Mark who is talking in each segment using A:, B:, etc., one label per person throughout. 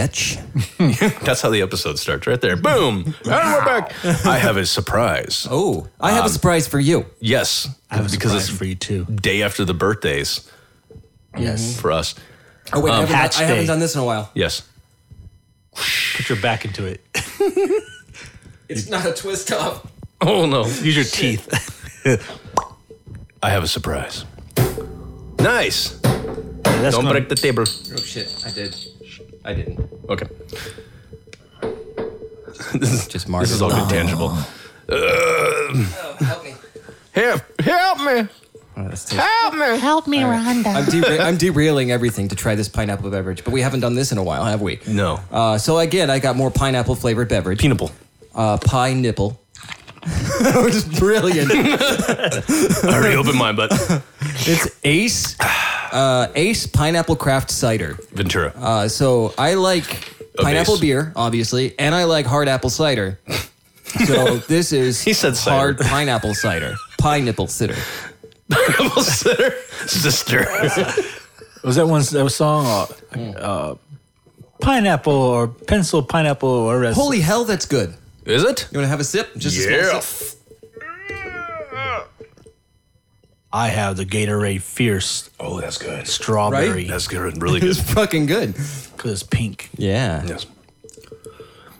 A: Sketch.
B: That's how the episode starts, right there. Boom! And we're back. I have a surprise.
A: Oh, I have a surprise for you.
B: Yes,
C: I have a
B: because
C: surprise
B: it's
C: for you too.
B: day after the birthdays
C: Yes.
B: for us.
A: Oh wait, I, haven't,
C: Hatch
A: I haven't
C: Day.
A: done this in a while.
B: Yes.
C: Put your back into it.
A: It's not a twist off.
B: Oh no!
C: Use your teeth.
B: I have a surprise. Nice.
C: That's
B: Don't
C: gonna-
B: break the table.
A: Oh shit, I did. I didn't.
B: Okay. this is
A: Just
B: this is all
A: martyrdom.
B: good tangible.
A: Oh, help me.
B: Help! Help me!
A: All right, let's take-
B: Help me!
D: Help me, Rhonda.
A: I'm, dere- I'm derailing everything to try this pineapple beverage, but we haven't done this in a while, have we?
B: No.
A: Uh, so again, I got more pineapple flavored beverage.
B: Pineapple.
A: uh, pie nipple. Which is brilliant.
B: I already opened mine, but
C: It's Ace.
A: Uh, Ace Pineapple Craft Cider.
B: Ventura.
A: Uh, so I like
B: A
A: pineapple
B: base.
A: beer, obviously, and I like hard apple cider. So this is
B: He said cider.
A: hard pineapple cider, pineapple cider.
B: Pineapple sitter. Sister.
C: Was that one that was song? Uh, uh, pineapple or pencil pineapple or rest.
A: Holy hell, that's good. You
B: Is it?
A: want to have a sip? Just a
B: Yeah.
A: small sip.
C: I have the Gatorade Fierce
B: Oh, that's good.
C: strawberry
B: That's good. Really good.
A: It's fucking good.
C: because it's pink.
A: Yeah.
B: yes.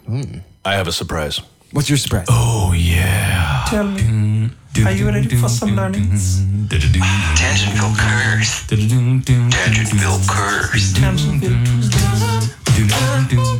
B: Hmm. I have a surprise.
A: What's your surprise?
B: Oh yeah.
E: Tell me, are you ready for some learnings?
F: Tangentville Curse. Tangentville Curse.
E: Tangentville Tuesdays.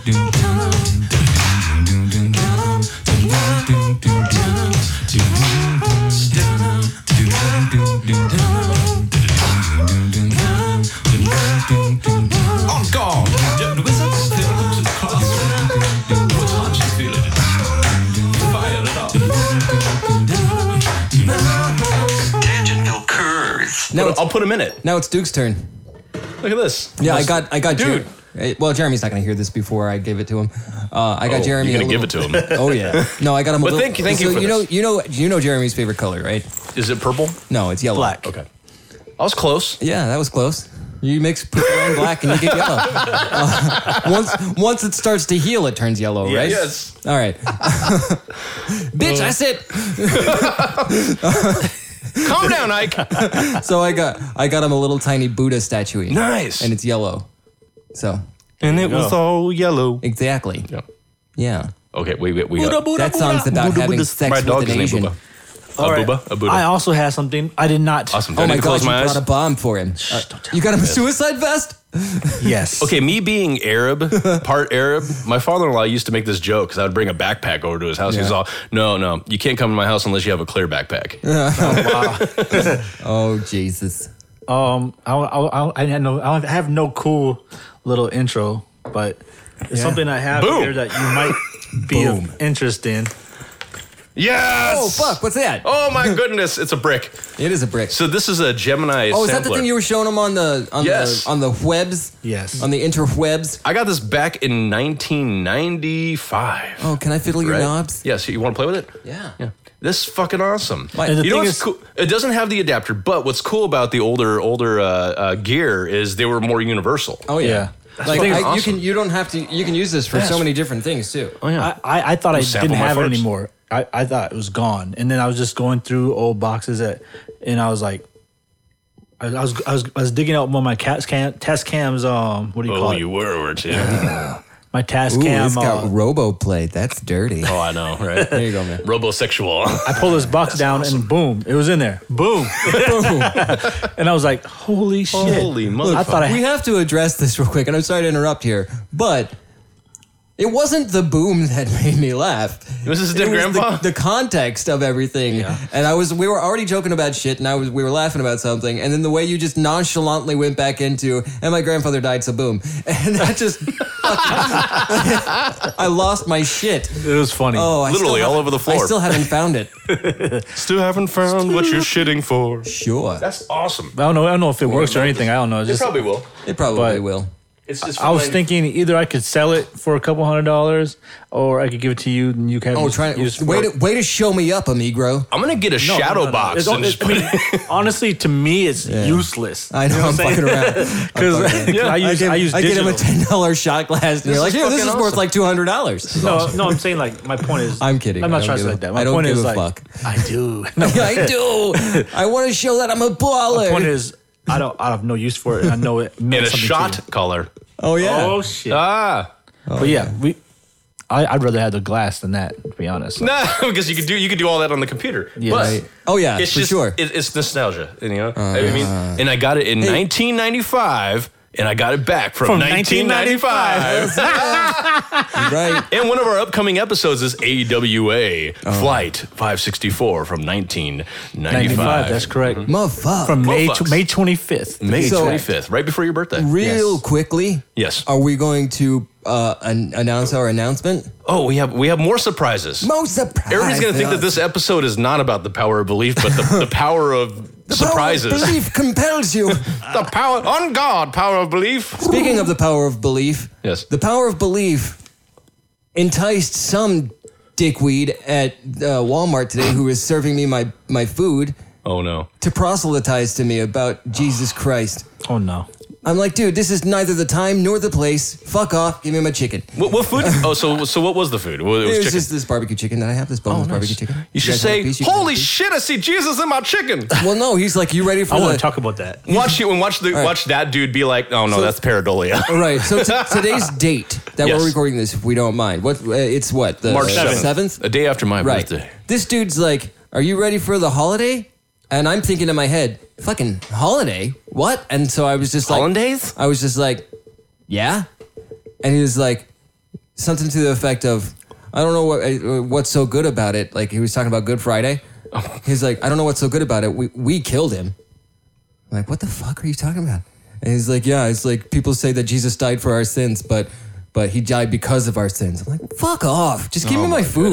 F: Tangentville Curse.
A: Now
B: But
A: it's,
B: I'll put him in it.
A: now it's Duke's turn.
B: Look at this.
A: Yeah, I got I got
B: Dude.
A: Jer- eh, well, Jeremy's not going to hear this before I give it to him. Uh, I got
B: Oh,
A: Jeremy.
B: You're
A: a
B: gonna give it
A: little-
B: to him.
A: Oh yeah. No, I got him. a
B: But
A: little,
B: thank you- thank you
A: so
B: for
A: you know,
B: this.
A: you know, you know Jeremy's favorite color, right?
B: Is it purple?
A: No, it's yellow.
C: Black.
B: Okay. I was close.
A: Yeah, that was close. You mix purple and black, and you get yellow. Uh, once once it starts to heal, it turns yellow,
B: Yeah,
A: right?
B: yes. Uh.
A: All right. Bitch, I said.
B: Calm down, Ike.
A: So I got I got him a little tiny Buddha statue,
B: nice.
A: and it's yellow. So
B: and it was all yellow.
A: exactly.
B: Yeah.
A: Yeah.
B: Okay, wait, wait, we got
A: that song's about
C: Buddha,
A: having
C: Buddha.
A: sex
B: my
A: with
B: dog's
A: an
B: name
A: Asian. Oh
B: Booba. A Booba, a Buddha.
C: I also have something. I did not.
B: awesome. Do
A: Oh
B: I need
A: my
B: to close
A: god, you
B: my eyes?
A: brought a bomb for him. Uh, you got him a suicide vest?
C: Yes.
B: Okay, me being Arab, part Arab, my father-in-law used to make this joke because I would bring a backpack over to his house. He was
A: Yeah.
B: all, "No, no, you can't come to my house unless you have a clear backpack."
A: Oh Jesus.
C: Um, I, I, I, I had no, I don't- I have no cool little intro, but it's something I have
B: Boom.
C: here that you might be of interest in.
B: yes.
A: Oh fuck, what's that?
B: Oh my goodness, it's a brick.
A: It is a brick.
B: So this is a Gemini.
A: Oh, is that the thing you were showing him on the on
B: Yes.
A: the on the webs?
C: Yes.
A: On the interwebs.
B: I got this back in 1995.
A: Oh, can I fiddle your
B: right?
A: knobs?
B: Yes, you want to play with it?
A: Yeah.
B: Yeah. This is fucking awesome.
A: Why-
C: And the
B: you know
C: thing
B: what's
C: is-
B: cool? It doesn't have the adapter, but what's cool about the older older uh, uh, gear is they were more universal.
A: Oh yeah.
C: Yeah.
A: Like
B: fucking
A: I, you
B: awesome.
A: can you don't have to you can use this for so many different things too.
B: Oh yeah.
C: I, I, I thought I
B: sample
C: didn't
B: my
C: have it
B: farts.
C: anymore. I, I thought it was gone, and then I was just going through old boxes at, and I was like, I, I was I was I was digging out one of my cats cam, test cams. Um, what do you
B: oh,
C: call
B: you
C: it?
B: were, weren't you? oh,
C: My task
A: Ooh,
C: cam.
A: it's got
C: uh,
A: robo plate. That's dirty.
B: Oh, I know, right?
A: There you go, man.
B: Robosexual.
C: I pulled this box down, and boom, it was in there. Boom, and I was like, holy shit!
B: Holy
C: I
B: motherfucker.
C: thought I
A: we have to address this real quick, and I'm sorry to interrupt here, but it wasn't the boom that made me laugh.
B: Was this
A: It
B: Dead
A: was the-
B: Grandpa?
A: The, context of everything, and I was we were already joking about shit, and I was we were laughing about something, and then the way you just nonchalantly went back into, and my grandfather died, so boom, and that just, I lost my shit.
C: It was funny.
A: Oh, I
B: Literally
A: still
B: all
A: haven't-
B: over the floor.
A: I still haven't found it.
B: Still haven't found what you're shitting for.
A: Sure,
B: That's awesome.
C: I don't know. I don't know if it works or anything. I don't know. It's
B: It
C: just
B: probably will.
A: it probably
C: But-
A: will.
B: It's just.
C: I was
B: fine.
C: thinking either I could sell it for a couple hundred dollars, or I could give it to you and you can.
A: Oh, try way to way to show me up, Amigro.
B: I'm gonna get a shadow box. and just
C: I
B: put
C: mean, honestly, to me, it's useless.
A: I know,
C: what
A: I'm
C: saying?
A: fucking around. I'm fucking around.
C: Because I use I,
A: I,
C: use
A: I get him
C: digital.
A: a ten dollar shot glass, and you're like,
B: is
A: "Here, this is
B: fucking
A: worth
B: awesome.
A: like two hundred dollars."
C: no, no, I'm saying like my point is
A: I'm kidding.
C: I'm
A: I don't
C: not trying to
A: give
C: say
A: a- I
C: like that. My
A: don't
C: point
A: give
C: is
A: a
C: like
A: fuck.
C: I do. No,
A: I do. I want to show that I'm a baller.
C: my point is I don't I have no use for it. And I know it meant
B: in a
C: something to
B: shot
C: you.
B: color.
A: oh yeah.
C: Oh shit!
B: Ah,
C: but yeah, we. I, I'd rather have the glass than that. To be honest.
B: no, because you could do you could do all that on the computer. Yeah, but
A: right. Oh, yeah,
B: it's
A: for
B: just,
A: sure. Uh,
B: It, it's nostalgia, you know. I mean, and I got it in 1995, and I got it back from,
C: From
B: 1995.
A: right.
B: And one of our upcoming episodes is AWA
A: Oh.
B: Flight 564 from 1995.
C: 95. That's correct.
A: Mm-hmm. Motherfucker.
C: From May
B: fucks.
C: tw- May 25th.
B: May
A: So-
B: 25th, right before your birthday.
A: Real
C: Yes.
A: quickly.
B: Yes.
A: Are we going to uh, an- announce our announcement?
B: Oh, we have we have more surprises.
A: Most surprise.
B: Everybody's going to think that this episode is not about the power of belief, but the, the power of
A: Power of
B: surprises.
A: belief compels you.
B: the power on God, power of belief.
A: Speaking of the power of belief,
B: Yes.
A: the power of belief enticed some dickweed at uh, Walmart today who was serving me my, my food
B: Oh no.
A: to proselytize to me about Jesus Christ.
C: Oh no.
A: I'm like, dude, this is neither the time nor the place. Fuck off. Give me my chicken.
B: What, what food? Oh, so so what was the food? Well,
A: It
B: it was
A: was
B: chicken. Oh,
A: just this barbecue chicken that I have. This boneless barbecue chicken.
B: you should
A: guys want a
B: say,
A: piece? You can have a
B: "Holy
A: piece."
B: shit! I see Jesus in my chicken."
A: Well, no, he's like, you ready for
C: I
A: the?
C: want to talk about that.
B: Watch you and watch the watch that dude be like, "Oh no, that's pareidolia."
A: All right. So t- today's date that
B: Yes.
A: we're recording this, if we don't mind. What? Uh, it's what? The
B: March
A: uh,
B: seventh, a day after my
A: Right.
B: birthday.
A: This dude's like, "Are you ready for the holiday?" And I'm thinking in my head, "Fucking holiday? What?" And so I was just like,
B: Hollandaise?
A: I was just like, "Yeah," and he was like, something to the effect of, "I don't know what uh, what's so good about it." Like he was talking about Good Friday. He's like, "I don't know what's so good about it. We we killed him." I'm like, what the fuck are you talking about? And he's like, yeah, it's like people say that Jesus died for our sins, but but he died because of our sins. I'm like, fuck off. Just
C: Oh
A: give me my, food.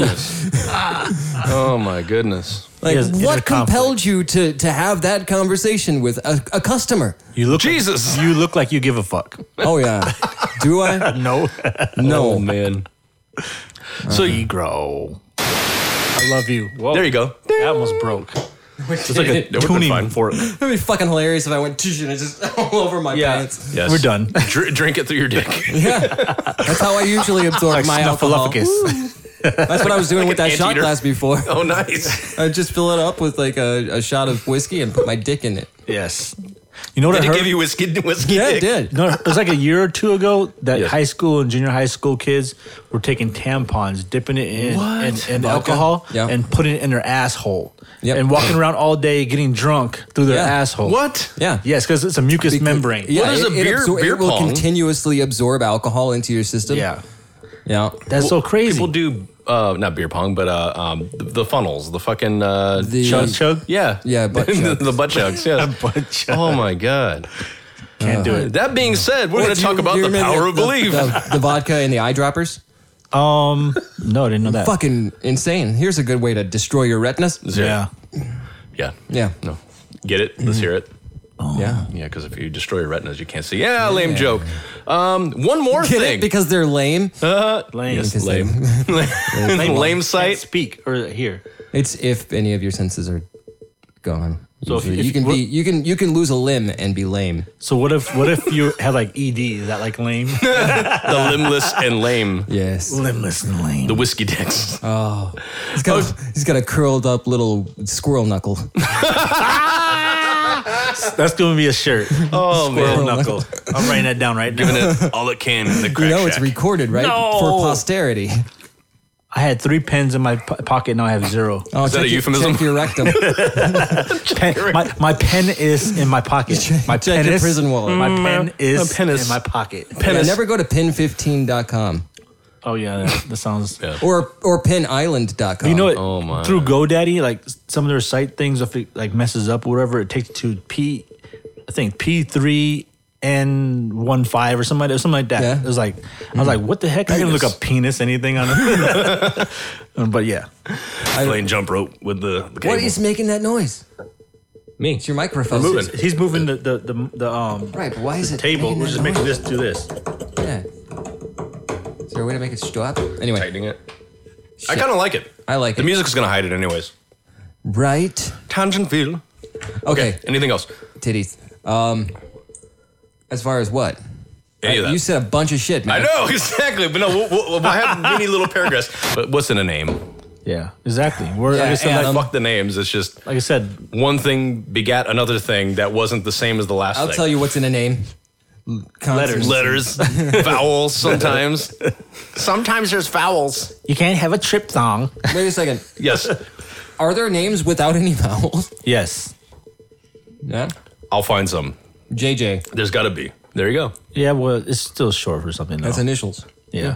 B: Oh my goodness.
A: Like,
C: Yes, inner
A: what
C: conflict.
A: compelled you to to have that conversation with a, a customer?
C: You look
B: Jesus.
C: Like, you look like you give a fuck.
A: Oh yeah. Do I?
C: No.
A: No.
B: Oh man. So you,
C: Negro. I love you. Whoa,
B: there you go.
C: That almost broke. It's like a
B: That would've been fine.
C: tuning fork.
A: That'd be fucking hilarious if I went tsh, and it just all over my
C: Yeah.
A: pants.
B: Yes.
C: We're done.
B: Dr- drink it through your dick.
A: Yeah. That's how I usually absorb my alcohol.
C: Snuffleupagus.
A: That's what I was doing with
B: an
A: that shot
B: anteater.
A: glass before.
B: Oh, nice.
A: I just fill it up with like a, a shot of whiskey and put my dick in it.
C: yes. You know what
B: Did
C: I
B: it
C: heard?
B: give you whiskey? Whiskey?
A: Yeah, it
B: dick?
A: did.
C: No, it was like a year or two ago that
B: Yes.
C: high school and junior high school kids were taking tampons, dipping it in and, and alcohol,
A: Yeah.
C: and putting it in their asshole,
A: Yep.
C: and walking around all day getting drunk through their
A: Yeah.
C: asshole.
B: What?
A: Yeah.
C: Yes, because it's a mucous membrane.
A: Yeah,
B: Well, there's
A: it,
B: a
A: it
B: beer-
A: absor-
B: beer
A: it will
B: pong.
A: continuously absorb alcohol into your system.
C: Yeah.
A: yeah.
C: That's so crazy.
B: People do uh, not beer pong, but uh, um, the, the funnels, the fucking uh,
A: The-
C: chug chug.
B: yeah,
A: Yeah, butt
B: the,
A: chugs.
B: the butt chugs. Yes.
C: Butt chug.
B: Oh my god.
C: Can't do it.
B: That being said, we're going
A: Wait,
B: to
A: do
B: talk
A: you-
B: about
A: do you
B: the
A: remember
B: power of
A: the-
B: belief.
A: The, the vodka and the eyedroppers.
C: Um, no, I didn't know that.
A: Fucking insane. Here's a good way to destroy your retinas.
C: Yeah.
B: yeah,
A: Yeah.
B: No, get it. Let's hear it.
A: Yeah.
B: Yeah, because if you destroy your retinas, you can't see. Yeah, lame joke. Um, one more
A: Get
B: thing.
A: it? Because they're lame.
C: Lame.
A: Because
B: lame. lame, lame
C: Can't
B: sight.
C: speak or here.
A: It's if any of your senses are gone.
C: So if-
A: Usually.
C: if-
A: you can
C: what-
A: be you can you can lose a limb and be lame.
C: So what if what if you had like ED? Is that like lame?
B: The limbless and lame.
A: Yes.
C: Limbless and lame.
B: The whiskey dicks.
A: Uh, He's got,
C: oh.
A: a, he's got a curled up little squirrel knuckle.
C: That's gonna be a shirt.
B: oh man,
C: Squirrel knuckle. I'm writing that down right now.
B: Giving it all it can in the crack
A: You know it's
B: shack.
A: recorded, right?
C: No.
A: For posterity.
C: I had three pens in my po- pocket. Now I have zero.
A: Oh,
B: that
A: check
B: a
A: your-
B: euphemism?
A: Check your rectum.
C: Pen- my, my pen is in my pocket. My
A: check your
C: pen is
A: prison wallet.
C: My pen is,
B: pen is-
C: in my pocket.
A: Yeah,
B: Penis.
A: never go to pin15.com
C: Oh yeah, that, that sounds.
A: or or pinisland.com.
C: You know it
B: Oh, my.
C: through GoDaddy, like some of their site things, if it like messes up, or whatever, it takes to P, I think P three N one five or something like that. Something like that.
A: Yeah. Mm.
C: It was like I was like, what the heck? I can look
B: Penis.
C: up penis anything on it. but yeah,
B: playing jump rope with the, the
A: What
B: cable.
A: is making that noise?
B: Me.
A: It's your microphone.
B: We're moving.
C: He's moving the the the, the um
A: Right, but why is it
C: table.
A: making
C: We're
A: that
C: just making
A: noise?
C: this do this.
A: Yeah. Is there a way to make it stop? Anyway,
B: Tightening it. I kind of like it.
A: I like
B: the
A: it.
B: music's gonna hide it anyways.
A: right?
B: Tangent feel.
A: Okay,
B: Anything else?
A: titties. Um, as far as what?
B: Any of that.
A: Uh, You said a bunch of shit,
B: I
A: man.
B: know exactly, but no, we'll, we'll, we'll have many little paragraphs. But what's in a name?
C: Yeah, exactly. We're
A: Yeah,
C: like I said,
A: and-
C: like,
B: Fuck the names. It's just
C: like I said,
B: one thing begat another thing that wasn't the same as the last.
A: I'll
B: thing.
A: tell you what's in a name. L- consonants.
B: Letters, vowels. Sometimes, sometimes there's vowels.
C: you can't have a trip song.
A: Wait a second.
B: Yes,
A: Are there names without any vowels?
C: yes.
A: Yeah.
B: I'll find some.
A: JJ.
B: There's got to be. There you go.
C: Yeah, well, it's still short for something. Though.
A: That's initials.
C: yeah.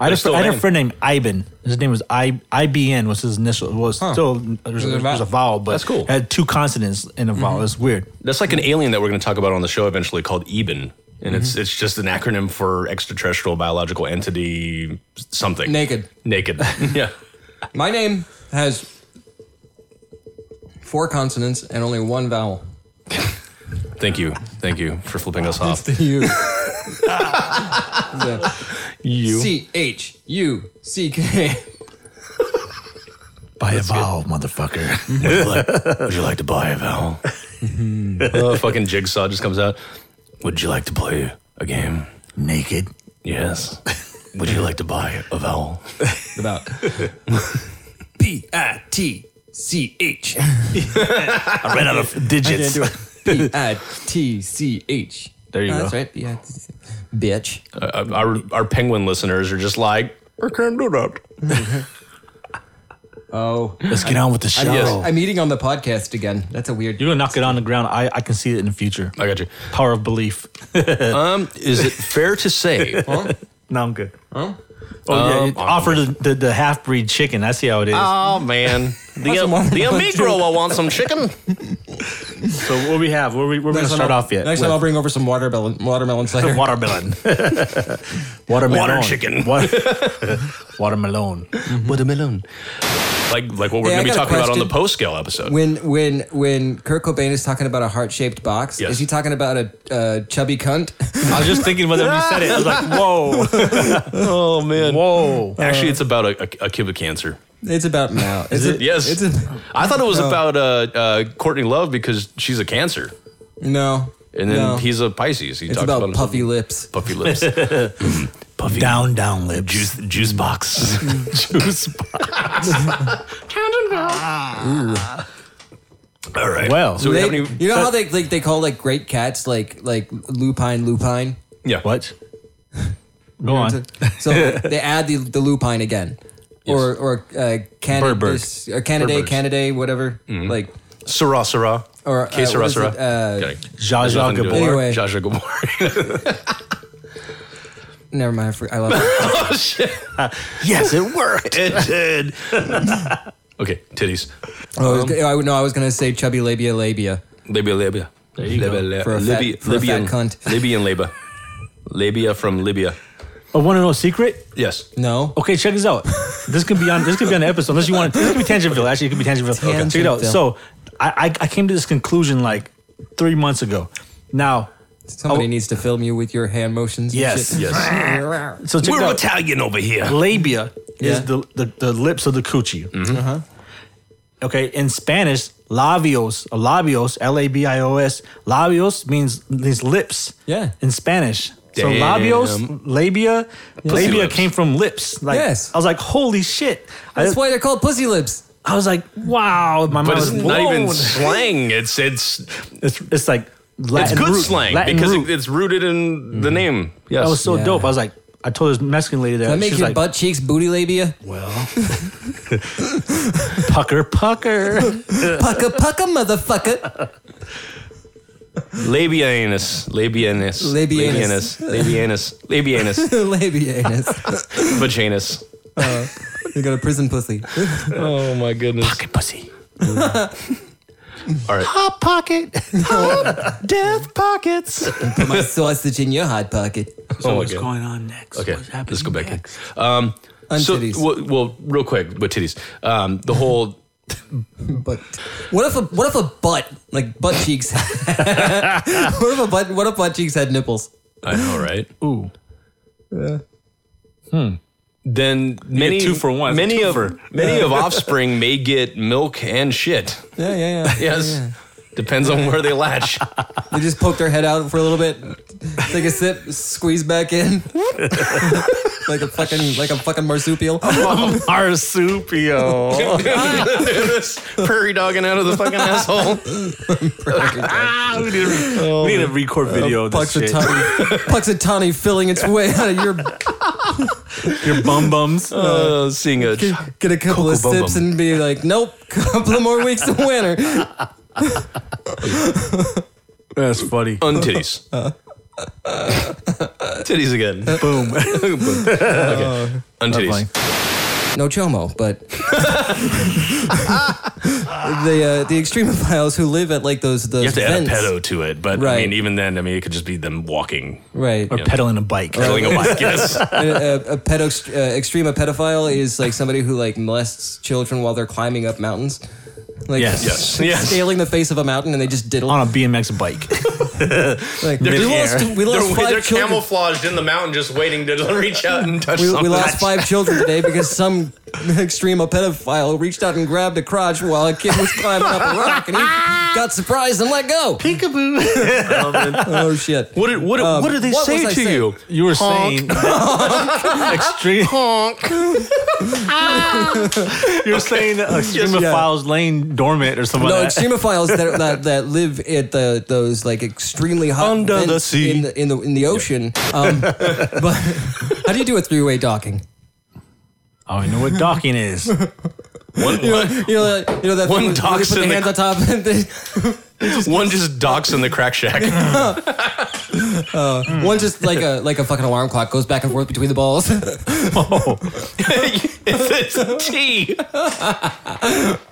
C: I had, a,
B: It's still
C: fr- I had
B: name.
C: a friend named Iben. His name was I IBN was his initial. Was still there's a,
A: There's a
C: there's a vowel, but
B: That's cool.
C: it had two consonants in a vowel. It's weird.
B: That's like an alien that we're going to talk about on the show eventually called Eben. And it's it's just an acronym for extraterrestrial biological entity something.
A: Naked.
B: Naked. yeah.
A: My name has four consonants and only one vowel.
B: Thank you. Thank you for flipping us off.
A: U.
B: You.
A: C H U C K.
C: By a vowel, motherfucker.
B: Would you like to buy a vowel? oh, fucking jigsaw just comes out. Would you like to play a game?
C: Naked.
B: Yes. Would you like to buy a vowel?
A: About P I T C H.
C: I ran out of digits.
A: P I T C H.
C: There you
A: Oh,
C: go.
A: That's right. Yeah. Bitch.
B: Uh, our, our penguin listeners are just like, I can't do that.
A: Oh.
C: Let's get on with the show.
B: Yes.
A: I'm eating on the podcast again. That's a weird.
C: You're gonna knock it on the ground. I, I can see it in the future.
B: I got you.
C: Power of belief.
B: Um, is it fair to say
C: No, I'm good. Oh, yeah. you
B: Um,
C: offer the, the, the half breed chicken. I see how it is.
B: Oh man, the uh,
A: some more?
B: the Amigro will want some chicken.
C: so what we have? Where we where we gonna
A: Next time
C: start
A: I'll-
C: off yet?
A: Next time I'll bring over some watermelon, watermelon cider.
C: watermelon. watermelon.
B: Water chicken.
C: Wa- watermelon.
B: Watermelon. Like like what we're
A: Hey, I
B: gonna be
A: got a
B: talking about on the
A: question.
B: post scale episode.
A: When when when Kurt Cobain is talking about a heart shaped box,
B: Yes.
A: is he talking about a uh, chubby cunt?
C: I was just thinking about it when you said it. I was like, whoa,
B: oh man.
C: whoa.
B: Actually, it's about a, a, a kid with cancer.
A: it's about now. Is it?
B: Yes,
A: It's a,
B: I thought it was about uh, uh, Courtney Love because she's a cancer,
A: no.
B: and then
A: no.
B: he's a Pisces. He
A: It's
B: talks
A: about,
B: about, himself-
A: puffy lips.
B: puffy lips, puffy
C: Down, down lips.
B: juice juice box, juice box. All right.
C: Well,
B: so we
A: They-
B: have any?
A: you know how they like they call like great cats like like lupine lupine.
B: yeah.
C: What? Go on.
A: So they add the, the lupine again, or or uh, Canada,
B: Bird, bird.
A: or Canada,
B: Bird, Mm-hmm. bird.
A: Canada, whatever. Like
B: Syrah, Syrah.
A: or
B: K. Syrah,
A: Oh, uh, what is it?
B: Syrah.
A: Uh,
B: Okay.
C: Zsa
B: There's
C: Zsa
B: nothing to do with it.
A: Anyway.
B: Zsa Zsa Gabor.
A: Never mind. I for- I love it.
B: Oh,
C: Yes, it worked.
B: It did. okay, titties.
A: Oh,
C: Um,
A: I, was, g- I would know. I was gonna say chubby labia labia.
B: Libya, Libya. Libya, Libya.
A: For a fat-
B: Libya,
A: for a fat
B: Libyan,
A: cunt.
B: Libyan labor. Libya from Libya.
C: I want to know a oh secret.
B: Yes.
A: No.
C: Okay, check this out. This could be on. This could be on the episode. Unless you want, this could be Tangentville. Actually, it could be Tangentville. Okay. Check it out.
A: Tangentville.
C: So, I, I I came to this conclusion like three months ago. Now,
A: Somebody
C: Oh.
A: needs to film you with your hand motions. and
C: Yes,
A: shit.
B: Yes.
C: so check it
B: We're
C: out.
B: Italian over here.
C: labia
A: Yeah.
C: is the, the the lips of the coochie. Mm-hmm. Uh-huh. Okay, in Spanish, labios, or labios, L A B I O S, labios means means lips.
A: Yeah.
C: in Spanish. So
B: Damn.
C: labios, labia, labia
B: lips.
C: came from lips. Like,
A: Yes.
C: I was like, holy shit. I,
A: That's why they're called pussy lips.
C: I was like, wow. My
B: But
C: mind
B: it's
C: was
B: not even
C: blown.
B: slang. It's it's
C: It's, it's like Latin
B: it's good
C: root,
B: slang
C: Latin
B: because
C: root. Mm.
B: it, it's rooted in the name. Yes.
C: that was so
A: Yeah.
C: dope. I was like, I told this Mexican lady that,
A: That makes
C: she's
A: your
C: like,
A: butt cheeks booty labia.
C: well, pucker, pucker.
A: Pucka pucka motherfucker.
B: labia anus. Labia anus.
A: Labia
B: anus. Labia anus. Labia anus.
A: labia anus.
B: Vaginus.
A: You got a prison pussy.
B: Oh my goodness.
C: Pocket pussy.
B: All right.
C: Hot pocket.
B: Death pockets.
A: Put my sausage in your hot pocket.
B: oh my
C: What's
B: God.
C: going on next?
B: Okay,
C: What's happening
B: let's go back.
C: next?
B: in. Um, so,
A: titties.
B: well, well, real quick with titties, um, the whole
A: But what if a what if a butt like butt cheeks? what if a butt what if butt cheeks had nipples?
B: I know, right? Ooh. Yeah. Hmm. Then many
D: two for one. It's a
B: Many of
D: twofer.
B: many of offspring may get milk and shit.
A: Yeah, yeah, yeah.
B: Yes. Depends on where they latch.
A: They just poke their head out for a little bit, take a sip, squeeze back in, like a fucking like a fucking marsupial.
B: Oh,
D: Marsupio.
B: This prairie dogging out of the fucking asshole.
D: Ah, we, need a,
A: Oh,
D: we need a record video of this shit.
A: Puxatawny, Puxatawny filling its way out of your
D: Your bum bums.
A: Oh.
B: Uh, seeing a
A: get a couple of
B: Cocoa Bum
A: sips
B: Bum.
A: and be like, nope, couple of more weeks to winter.
C: That's funny.
B: on titties. titties again. Boom. Boom. okay. On
C: funny.
B: titties.
A: No chomo, but the uh, the extremophiles who live at like those those
B: You have to add a
A: vents,
B: pedo to it, but I
A: Right.
B: mean, even then, I mean, it could just be them walking,
A: right?
C: Or pedaling a bike.
B: killing a bike. Yes.
A: a, a pedo uh, extreme a pedophile is like somebody who like molests children while they're climbing up mountains. Like
C: Yes.
B: Yes. Yes.
A: scaling the face of a mountain and they just diddle.
C: On a BMX bike.
A: Like, we lost, we lost
B: They're,
A: 5
B: they're
A: children.
B: camouflaged in the mountain, just waiting to reach out and touch
A: we,
B: something.
A: we lost five children today because some extreme pedophile reached out and grabbed a crotch while a kid was climbing up a rock and he got surprised and let go. Oh shit!
B: What did, what,
A: Um,
B: what did they
A: what
B: say
A: was I
B: to
A: saying?
B: you?
C: You were saying that extreme. You're saying that extremophiles laying dormant or something.
A: No,
C: like that.
A: extremophiles that, that that live at the those like extremely hot
B: Under the
A: vents
B: sea.
A: in the in the, in the ocean. Um, but how do you do a three way docking?
C: Oh, I know what docking is.
B: One, one,
A: You know, that- you know that
B: One
A: thing where
B: docks
A: they put
B: in
A: the hands
B: the
A: on top. And they,
B: one just docks in the crack shack. Hmm.
A: one just like a like a fucking alarm clock goes back and forth between the balls.
B: it's a tea.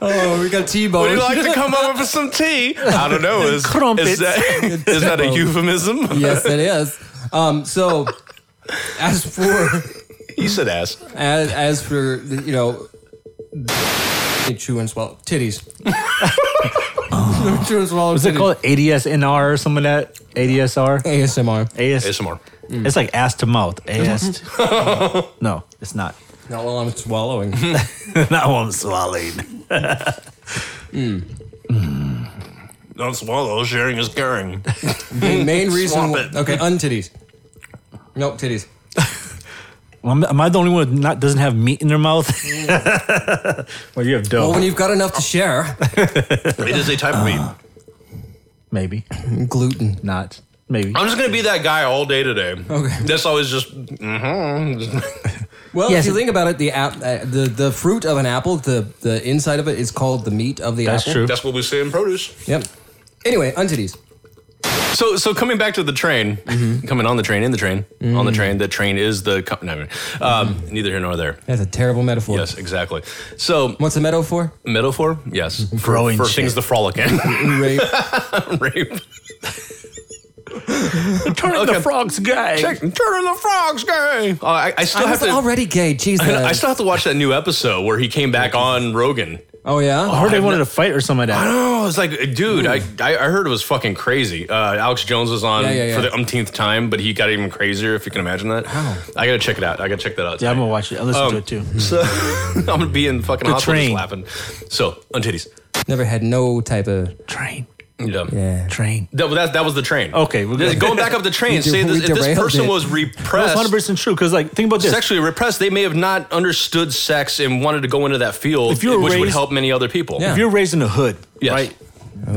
A: oh, we got T-bone.
B: Would you like to come over for some tea? I don't know. Is, is,
C: Crumpets.
B: that, is that a euphemism?
A: yes, it is. Um, so as for
B: You said ass.
A: as as for you know, chew and swallow titties. chew and swallow.
C: What's it called? ADSNR or some of that? ADSR?
A: ASMR.
C: AS,
B: ASMR.
C: It's like ass to mouth. AS. no, it's not.
A: Not while I'm swallowing.
C: Not one swallowing.
B: Don't swallow. Sharing is caring.
A: The main reason.
B: Swamp it.
A: Okay, untitties. Nope, titties.
C: Am am I the only one who not doesn't have meat in their mouth? well, you have dough.
A: Well, when you've got enough to share,
B: It is a type of
A: Ah.
B: meat.
C: Maybe
A: gluten.
C: not. Maybe.
B: I'm just gonna be that guy all day today.
A: Okay.
B: That's always just. mhm.
A: Well,
C: Yes.
A: if you think about it, the app, uh, the the fruit of an apple, the the inside of it is called the meat of the
C: That's
A: apple.
C: true.
B: That's what we say in produce.
A: Yep. Anyway, untitties.
B: So, so coming back to the train,
A: Mm-hmm.
B: coming on the train, in the train, on the
A: Mm.
B: train. The train is the. Co- no, um,
A: Mm-hmm.
B: Neither here nor there.
A: That's a terrible metaphor.
B: Yes, exactly. So,
A: What's a metaphor?
B: metaphor? Yes, for,
C: Growing
B: for
C: shit.
B: things to frolic in.
A: Rape.
B: Rape.
C: Turn
B: Okay.
C: frogs guy.
B: Turn on the frogs, gay. Uh, I, I still
A: I
B: have
A: was
B: to.
A: already gay. Jeez.
B: I
A: Louise.
B: still have to watch that new episode where he came back on Rogan.
A: oh yeah.
B: Uh-huh.
C: I heard they wanted to fight or something like that.
B: Oh, it's like, dude, I, I I heard it was fucking crazy. Uh, Alex Jones was on
A: Yeah, yeah,
B: for
A: yeah.
B: the umpteenth time, but he got even crazier, if you can imagine that. I gotta check it out. I gotta check that out.
C: Yeah, I'm
B: tonight.
C: gonna watch it. I listen to
B: Um,
C: it too.
B: So I'm gonna be in fucking
C: The
B: hospital just
C: train.
B: laughing. So on titties.
A: Never had no type of.
C: Train,
B: Yeah.
A: Yeah.
C: train.
B: That, that, that was the train.
C: Okay, we're good.
B: going back up the train.
A: We
B: say
A: de-
B: this,
A: we
B: if this
A: derailed
B: person
A: it.
B: was
C: That's
B: repressed,
C: 100 percent true. Because like, think about this.
B: sexually repressed, they may have not understood sex and wanted to go into that field,
C: If you were
B: which would
C: raised-
B: help many other people.
A: Yeah.
C: if you're raised in the hood,
B: Yes.
C: right?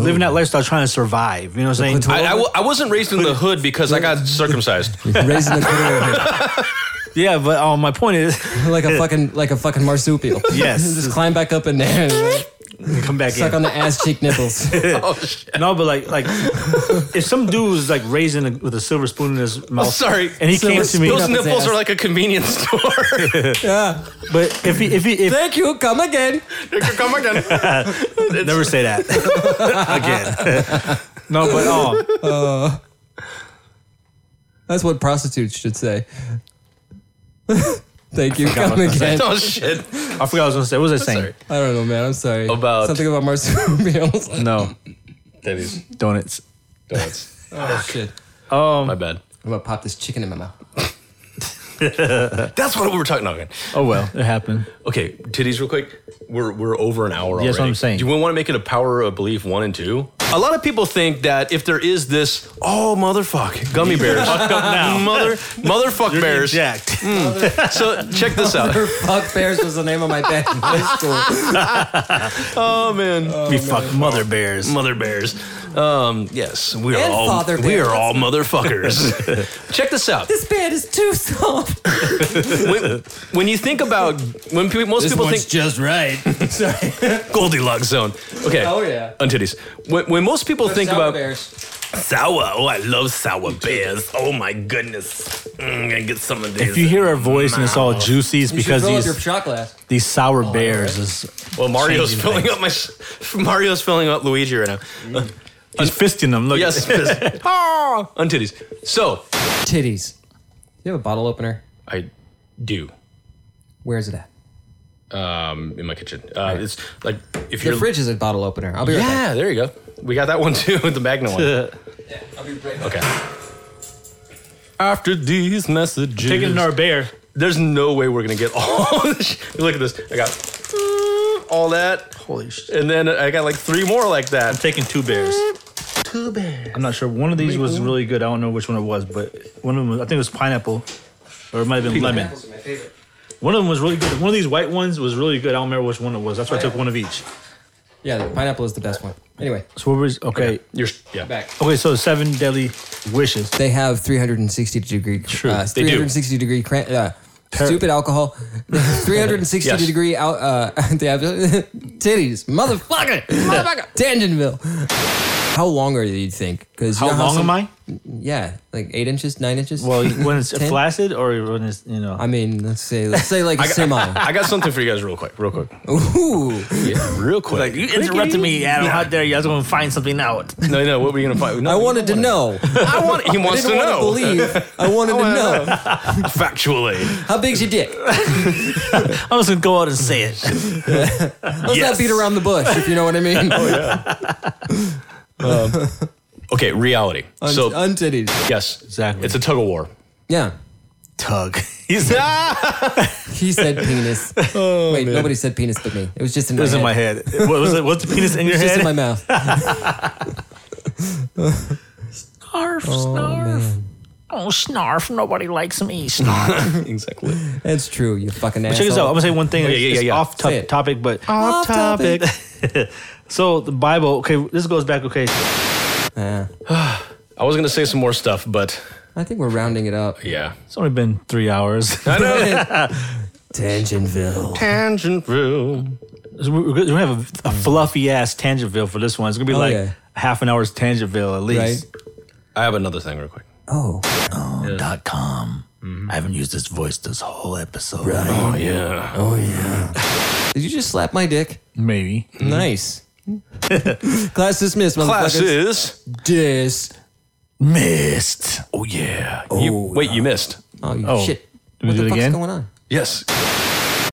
C: Living that lifestyle, trying to survive. You know what I'm saying?
B: I I, w- I wasn't raised in the hood because I got circumcised.
A: Raising the clitoris
C: yeah, but um, my point is,
A: like a fucking like a fucking marsupial.
C: Yes.
A: Just climb back up in there. and
C: come back
A: Suck on
C: in.
A: the ass cheek nipples.
C: no, but like, like, if some dude's like raising a, with a silver spoon in his mouth,
B: sorry.
C: and he
A: Silver
C: came to me,
A: spoon
B: Those
A: up his
B: nipples
A: ass.
B: are like a convenience store.
C: but if he, if he, if
A: Thank you. Come again.
B: They could Come again. It's-
C: Never say that again. no, but um,
A: That's what prostitutes should say. Thank you. Come
C: what that
A: again.
B: Oh shit!
C: I forgot what I was gonna say. What was I saying?
B: sorry.
A: I don't know, man. I'm sorry.
B: About-
A: something about marsupials.
C: No
B: That is
C: donuts.
B: donuts.
A: oh shit!
C: Um,
B: My bad.
A: I'm gonna pop this chicken in my mouth.
B: That's what we were talking about.
C: Oh well, it happened.
B: Okay, titties, real quick. We're we're over an hour.
C: Yes,
B: already.
C: what I'm saying.
B: Do we want to make it a power of belief one and two? A lot of people think that if there is this, oh motherfuck, gummy bears, mother motherfuck bears.
C: Jacked.
B: So check this out.
A: Fuck bears was the name of my band in high school.
B: Oh man,
C: we fuck mother bears.
B: mother bears. Um, yes, we are
A: And
B: all
A: father
B: we
A: bears.
B: are all motherfuckers. check this out.
A: This band is too soft.
B: When, when you think about when pe- most people think
A: just right. Sorry.
B: Goldilocks zone. Okay.
A: Oh, yeah.
B: On titties. When, when most people think
A: Sour
B: about
A: bears.
B: Sour. Oh, I love sour beers. Oh my goodness. Mm, I'm gonna get some of these.
C: If you hear our voice and it's all juicy, it's
A: You should
C: because
A: fill up your
C: these
A: shot glass.
C: these sour bears
A: right.
C: is
B: well, Mario's
C: changing
B: filling
C: things. Mm-hmm.
B: up my. sh- Mario's filling up Luigi right now. Uh,
C: he's fisting them. Look,
B: yes. yes. Ah, on titties. So
A: Titties. Do you have a bottle opener?
B: I do.
A: Where is it at?
B: Um, in my kitchen. Uh, It's like if
A: The
B: you're.
A: fridge is a bottle opener. I'll be right back.
B: yeah, there you go. We got that one too, the Magna one.
A: I'll be right back.
B: Okay. After these messages,
C: taking another bear.
B: there's no way we're gonna get all this. sh- Look at this. I got mm, all that,
C: Holy shit!
B: and then I got like three more like that.
C: Taking two bears. I'm not sure. One of these was really good. I don't know which one it was, but one of them, was, I think it was pineapple, or it might have been lemon.
A: Apples are my favorite.
C: One of them was really good. One of these white ones was really good. I don't remember which one it was. That's why I took one of each.
A: Yeah, the pineapple is the best one. Anyway,
C: So what was okay?
B: You're yeah.
A: back.
C: Okay, so seven deadly wishes.
A: They have 360 degree.
B: True,
A: uh,
B: they do.
A: 360 degree. Cra- uh, Stupid alcohol, 360
B: Yes.
A: degree out. Uh, they have titties, motherfucker, motherfucker, Tangentville. How long are you, you think? Because
C: How long am I?
A: Yeah, like eight inches, nine inches.
C: Well, when it's
A: Ten?
C: flaccid or when it's you know.
A: I mean, let's say, let's say like a semi.
B: I got something for you guys real quick, real quick,
A: Ooh,
B: Oh, yeah, real quick. Like, you
C: Adam. How dare you? I was going to find something out.
B: No, no. What were you gonna find? No,
A: I
B: you
A: wanted to
B: don't
A: know.
B: wanna- I want. He
A: I
B: wants to
A: didn't want to
B: know.
A: believe. I wanted to know
B: Factually,
A: how big's your dick.
C: I'm just going to go out and say it.
A: Let's
B: Yes.
A: not beat around the bush, if you know what I mean.
B: okay. Reality.
A: Un-
B: so
A: untitties.
B: yes,
C: Exactly.
B: It's a tug of war.
A: Yeah.
C: Tug.
B: He's
A: He said penis. Wait, nobody said penis but me. It was just in my,
C: Oh, It was
A: head.
C: in my head. What was it? What's the penis in your
A: It was just
C: head?
A: in my mouth.
G: Snarf, snarf. Oh, snarf. Nobody likes me. Snarf.
B: exactly.
A: It's true, you fucking asshole.
C: Check this out. I'm gonna say one thing.
B: yeah,
C: It's-
B: yeah,
C: it's
B: yeah.
C: Off
A: Say
C: to-
A: it.
C: topic, but
A: Off topic.
C: so the Bible. Okay, this goes back. Okay,
A: Yeah.
B: I was gonna say some more stuff, but
A: Uh, I think we're rounding it up.
B: yeah.
C: it's only been three hours.
B: I know.
A: Tangentville.
B: Tangent room.
C: So we're we're gonna have a, a fluffy ass Tangentville for this one. It's gonna be
A: Oh,
C: like
A: yeah.
C: half an hour's Tangentville at
A: Right?
C: least.
B: I have another thing real quick.
A: Oh.
G: Dot com.
C: Mm-hmm.
G: I haven't used this voice this whole episode.
B: Oh yeah.
A: Did you just slap my dick?
C: Maybe.
A: Nice. Class dismissed, motherfuckers.
B: Class is.
A: Dis.
G: Missed.
B: Oh yeah. you, wait, you missed.
A: Oh, you
C: Oh.
A: shit.
C: Do we
A: What
C: do
A: the
C: it
A: fuck's
C: again?
A: going on?
B: Yes.